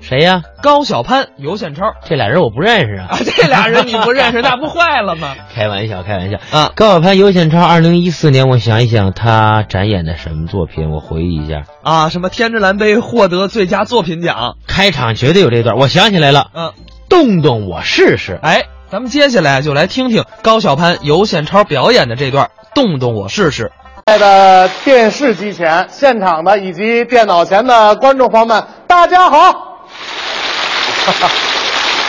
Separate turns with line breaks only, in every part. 谁呀？
哎高晓攀、尤宪超
这俩人我不认识啊。
啊，这俩人你不认识，那不坏了吗？
开玩笑，开玩笑
啊
高晓攀、尤宪超，二零一四年，我想一想，他展演的什么作品？我回忆一下，
啊，什么天之蓝杯获得最佳作品奖？
开场绝对有这段，我想起来了，
嗯、
动动我试试。
哎，咱们接下来就来听听高晓攀、尤宪超表演的这段《动动我试试》。
在的电视机前、现场的以及电脑前的观众朋友们，大家 好！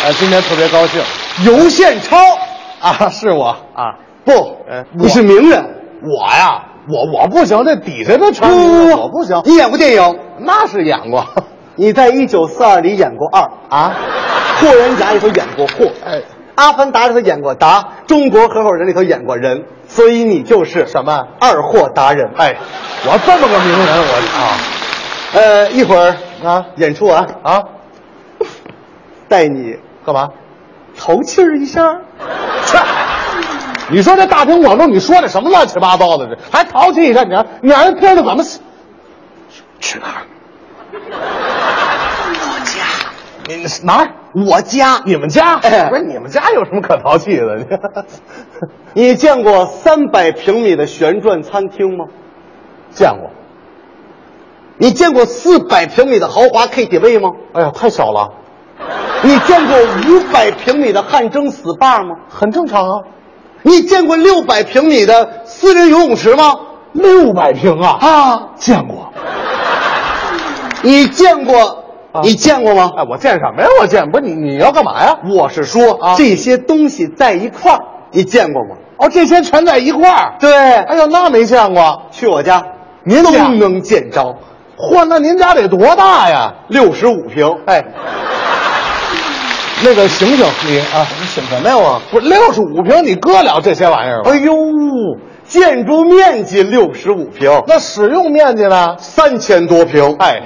呃，今天特别高兴，
尤宪超
啊，是我啊，
不
呃，
你是名人，
我呀，我我不行，这底下的
不
全名我不行，
你演过电影，
那是演过
你在《一九四二》里演过二，
啊，
《霍元甲》里头演过霍，
哎，
阿凡达》里头演过达，《中国合伙人》里头演过人，所以你就是
什么
二货达人。
哎，我这么个名人，我
呃，一会儿
啊啊
演出啊，
啊，
带你
干嘛？
头气儿一下。
切！你说这大庭广众，你说的什么乱七八糟的？这还淘气一下，你让你让人听着怎么死去哪儿？我家，你哪儿？
我家，
你们家？
哎
不是你们家有什么可淘气的？你
你见过三百平米的旋转餐厅吗？
见过？
你见过四百平米的豪华 KTV 吗？
哎呀，太小了，
你见过五百平米的汗蒸 SPA 吗？
很正常啊。
你见过六百平米的私人游泳池吗？
六百平啊，
啊，
见过。
你见过？
啊
你见过吗？
哎，我见什么呀？我见不是你，你要干嘛呀？
我是说、
啊
这些东西在一块儿，你见过吗？
哦，这些全在一块儿。
对，
哎呦，那没见过。
去我家，
您
都
家
能见着，
嚯，那您家得多大呀？
六十五平。
哎，那个醒醒你啊，
你请什么呀我？
不是六十五平，你搁了这些玩意儿吗？
哎呦，建筑面积六十五平，
那使用面积呢？
三千多平。
哎，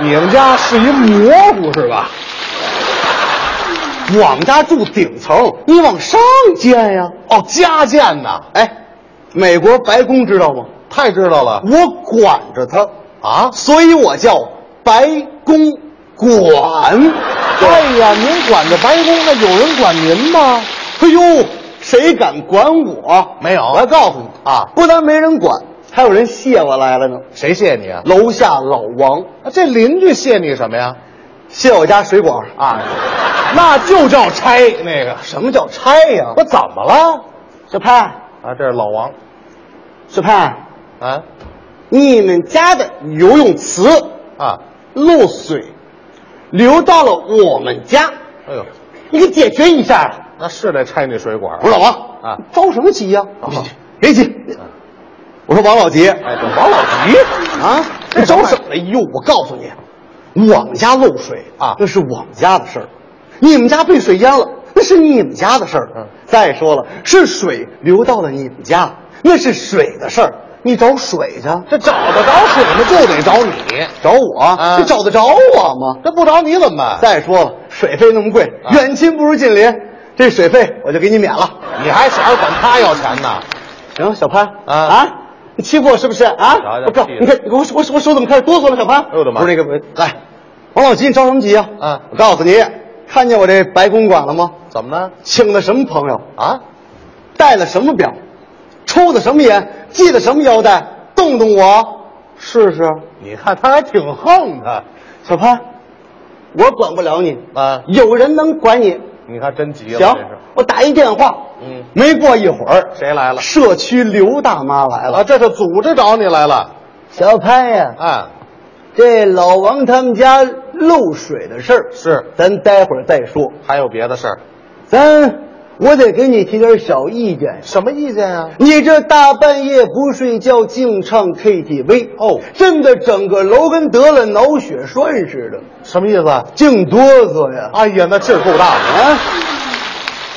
你们家是一模糊是吧？
我们家住顶层，你往上建呀。
哦，家建呐，
哎，美国白宫知道吗？
太知道了
我管着它。
啊！
所以我叫白公管。
哎呀，您管着白宫，那有人管您吗？
哎呦，谁敢管我？
没有
我告诉你
啊
不但没人管，还有人谢我来了呢。
谁谢你啊？
楼下老王
啊这邻居谢你什么呀？
谢我家水管，
啊，那就叫拆那个。
什么叫拆呀、
我怎么了？
小潘，
啊，这是老王
小潘，
啊
你们家的游泳池
啊！
漏水，流到了我们家，
哎呦，
你给解决一下啊。
那是得拆那水管
我。说老王
啊
着什么急呀、
啊
别急，我说王老吉啊，
哎，这王老吉
你着什么急？哟，我告诉你，我们家漏水
啊
那是我们家的事儿；你们家被水淹了，那是你们家的事儿。
嗯
再说了，是水流到了你们家，那是水的事儿，你找水去。
这找得着水吗？就得找你，
找我，
啊
你找得着我吗？
这不找你怎么办？
再说了，水费那么贵，
啊
远亲不如近邻，这水费我就给你免了。
你还想着管他要钱呢？
行，小潘
啊
你欺负我是不是啊
瞧瞧？
我告
气的
你看，我我我手怎么开始哆嗦了？小潘，
哎呦我的妈
不是那个，来，王老吉，你着什么急啊？
啊
我告诉你，看见我这白公馆了吗？
怎么呢？
请的什么朋友？
啊？
戴了什么表？抽的什么烟？系的什么腰带？动动我，试试。
你看他还挺横的
小潘，我管不了你，
啊！
有人能管你。
你看真急
行
了，这是，
我打一电话。
嗯
没过一会儿，
谁来了？
社区刘大妈来
啊，
了。
这是组织找你来了
小潘呀，
啊？
这老王他们家漏水的事儿，
是，
咱待会儿再说。
还有别的事儿？
咱我得给你提点小意见。
什么意见啊？
你这大半夜不睡觉，净唱 KTV
哦
震得整个楼跟得了脑血栓似的，
什么意思啊？
净哆嗦呀！
哎呀，那劲儿够大的！
啊，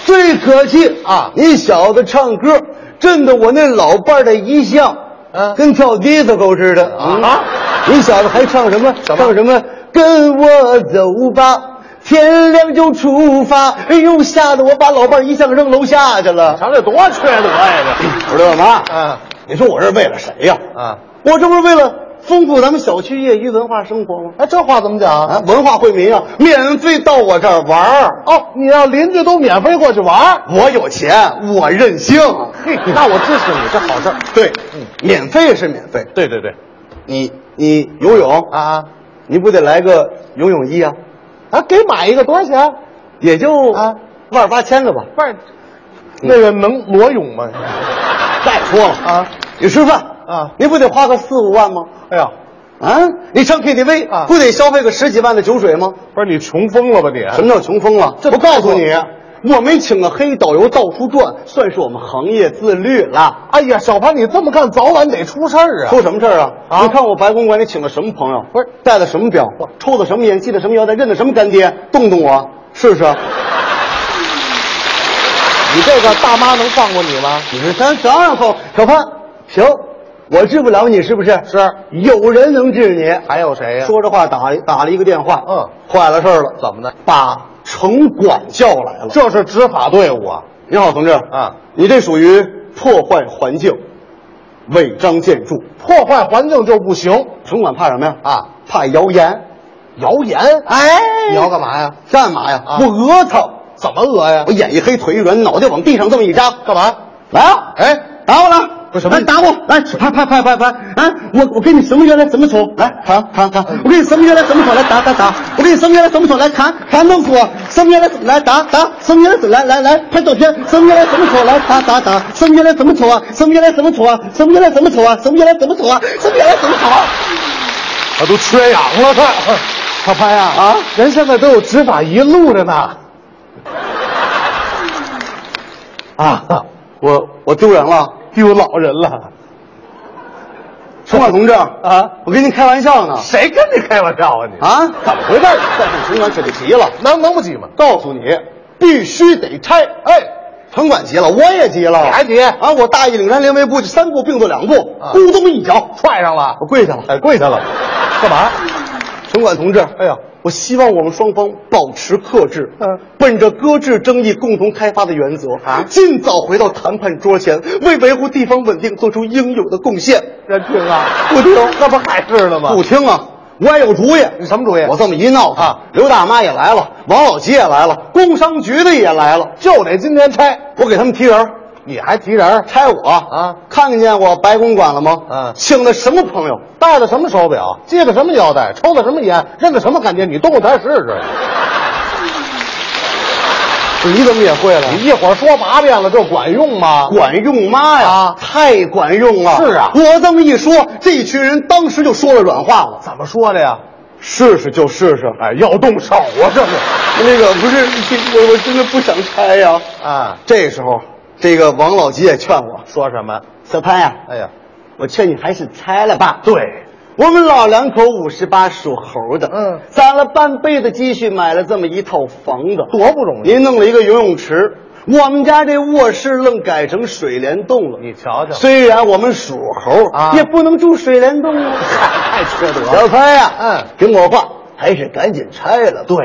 最可气
啊
你小子唱歌震得我那老伴儿的遗像，
嗯
跟跳迪斯科似的
啊
嗯你小子还唱什么？
什么
唱什么？跟我走吧。天亮就出发，哎呦，吓得我把老伴儿遗像扔楼下去了。
瞧这多缺德呀！
我说老妈，
嗯
你说我这是为了谁呀、
这啊，
我这不是为了丰富咱们小区业余文化生活吗？
哎，这话怎么讲
啊
啊？文化惠民啊，免费到我这儿玩儿哦！你让邻居都免费过去玩儿，
我有钱，我任性。
嘿，那我支持你，这好事儿。嗯
对，免费是免费。
对对对，
你你游泳，
啊
你不得来个游泳衣啊？
啊，给买一个多少钱？
也就
啊
万八千个吧。
不是，那个能裸泳吗？
再说了
啊，
你吃饭
啊
你不得花个四五万吗？
哎呀，
啊，你上 KTV
啊
不得消费个十几万的酒水吗？
不是你穷疯了吧你？
什么叫穷疯了？
这
啊我告诉
不
你，我们请个黑导游到处转，算是我们行业自律了。
哎呀，小潘，你这么干早晚得出事儿啊！
出什么事儿啊？
啊
你看我白公馆里请了什么朋友？
不是
戴了什么表？抽的什么烟？系的什么腰带？认的什么干爹？动动我试试。
你这个大妈能放过你吗？
你说咱当然后，小潘，行，我治不了你是不是？
是
有人能治你。
还有谁呀、
说着话打打了一个电话，
嗯，
坏了事儿了，
怎么的？
把城管叫来了。
这是执法队伍啊！
你好，同志，
啊，
你这属于破坏环境、违章建筑。
破坏环境就不行。
城管怕什么呀？
啊，
怕谣言。
谣言？
哎，
你要干嘛呀？
干嘛呀？
啊
我额头，
怎么讹呀
我？眼一黑，腿一软，脑袋往地上这么一扎，
干嘛？
来啊！
哎
打我了！
不是什么
来打我！来，拍拍拍拍拍！啊，我我给你什么原来怎么丑？来砍砍砍！我给你什么原来怎么丑？来打打打！我给你什么原来怎么丑？来砍砍弄死我！什么原来来打打！什么原来怎来来来拍照片？什么原来怎么丑？来打打打！什么原来怎么丑啊？什么原来怎么丑啊？什么原来怎么丑啊？什么原来怎么丑啊？什么原来怎么丑啊？
我都缺氧了，快！小潘呀，
啊
人现在都有执法仪录着呢。啊，
我我丢人了，
丢老哦人了。
城管同志
啊，
我跟您开玩笑呢
谁跟你 开玩笑啊你？
啊？怎么回事？再上城管可就急了。
能能不急吗？
告诉你，必须得拆。
哎，
城管急了，我也急了，
你还急
啊！我大义凛然，临危不惧，三步并作两步，
啊
咕咚一脚，
踹上了
我。跪下了。
哎，跪下了，干嘛？
城管同志，
哎呀，
我希望我们双方保持克制，
嗯
奔着搁置争议、共同开发的原则
啊
尽早回到谈判桌前，为维护地方稳定做出应有的贡献。
人听啊，
不听，
那不还是呢吗？
不听啊！我也有主意，
你什么主意
我这么一闹腾
啊，
刘大妈也来了，王老吉也来了，工商局的也来了，
就得今天拆，
我给他们提人儿。
你还提人儿？
拆我
啊！
看见我白公馆了吗？
嗯
请的什么朋友？
戴的什么手表？系的什么腰带？抽的什么烟？认的什么干爹？你动动咱试试。
你怎么也会了？
你一会儿说八遍了，这管用吗？
管用妈呀，
啊
太管用了！
是啊
我这么一说，这群人当时就说了软话了。
怎么说的呀？
试试就试试，
哎，要动 手啊，这是
那个不是我，我真的不想拆呀、
啊！
这时候，这个王老吉也劝我
说什么？：“
小潘呀、
哎呀，
我劝你还是拆了吧。”
对，
我们老两口五十八属猴的，
嗯
攒了半辈子积蓄买了这么一套房子，
多不容易。
您弄了一个游泳池，我们家这卧室愣改成水帘洞了。
你瞧瞧，
虽然我们属猴
啊
也不能住水帘洞 啊，太缺德
了
小潘呀、
嗯
听我话，还是赶紧拆了吧。
对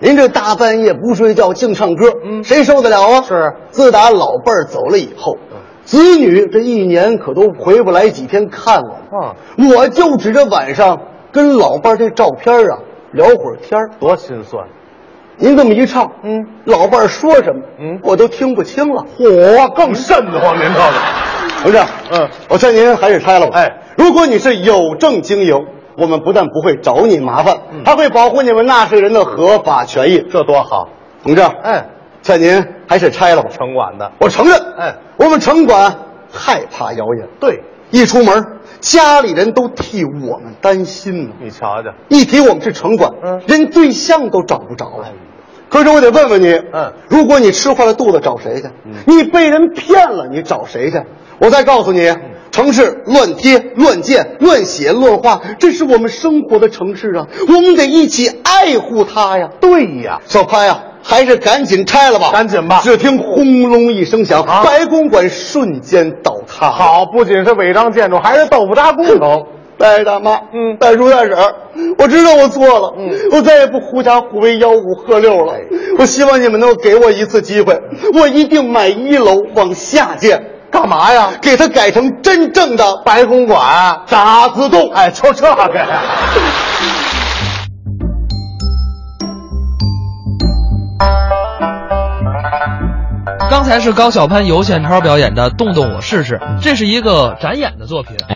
您这大半夜不睡觉净唱歌，
嗯
谁受得了啊？
是嗯
自打老伴儿走了以后，子女这一年可都回不来几天看我们。
啊，
我就指着晚上跟老伴儿这照片儿啊聊会儿天儿。
多心酸。
您这么一唱，
嗯，
老伴儿说什么，
嗯
我都听不清了。
嚯，更瘆得慌，您这个。
同志，
嗯，
我劝您还是拆了吧。
哎，
如果你是有证经营，我们不但不会找你麻烦，
嗯
还会保护你们纳税人的合法权益。
这多好。
同志，
哎，
劝您还是拆了吧。
城管的。
我承认，
哎，
我们城管害怕谣言，
对，
一出门，家里人都替我们担心呢。
你瞧瞧，
一提我们是城管，
嗯哎
连对象都找不着了。可是我得问问你，
嗯
如果你吃坏了肚子，找谁去？你被人骗了，你找谁去？我再告诉你，
嗯
城市乱贴、乱建、乱写、乱画，这是我们生活的城市啊，我们得一起爱护它呀。
对呀，
小潘呀、还是赶紧拆了吧，
赶紧吧
只听轰隆一声响，
啊
白公馆瞬间倒塌。，
好，不仅是违章建筑，还是豆腐渣工 程。
大爷大妈，
嗯
大叔大婶儿，我知道我错了，嗯，我再也不狐假虎威、吆五喝六
哎
了。我希望你们能够给我一次机会，我一定买一楼往下建。
干嘛呀？
给它改成真正的
白公馆
杂子洞。
哎，就这个呀。
刚才是高晓攀、尤宪超表演的《动动我试试》，这是一个展演的作品。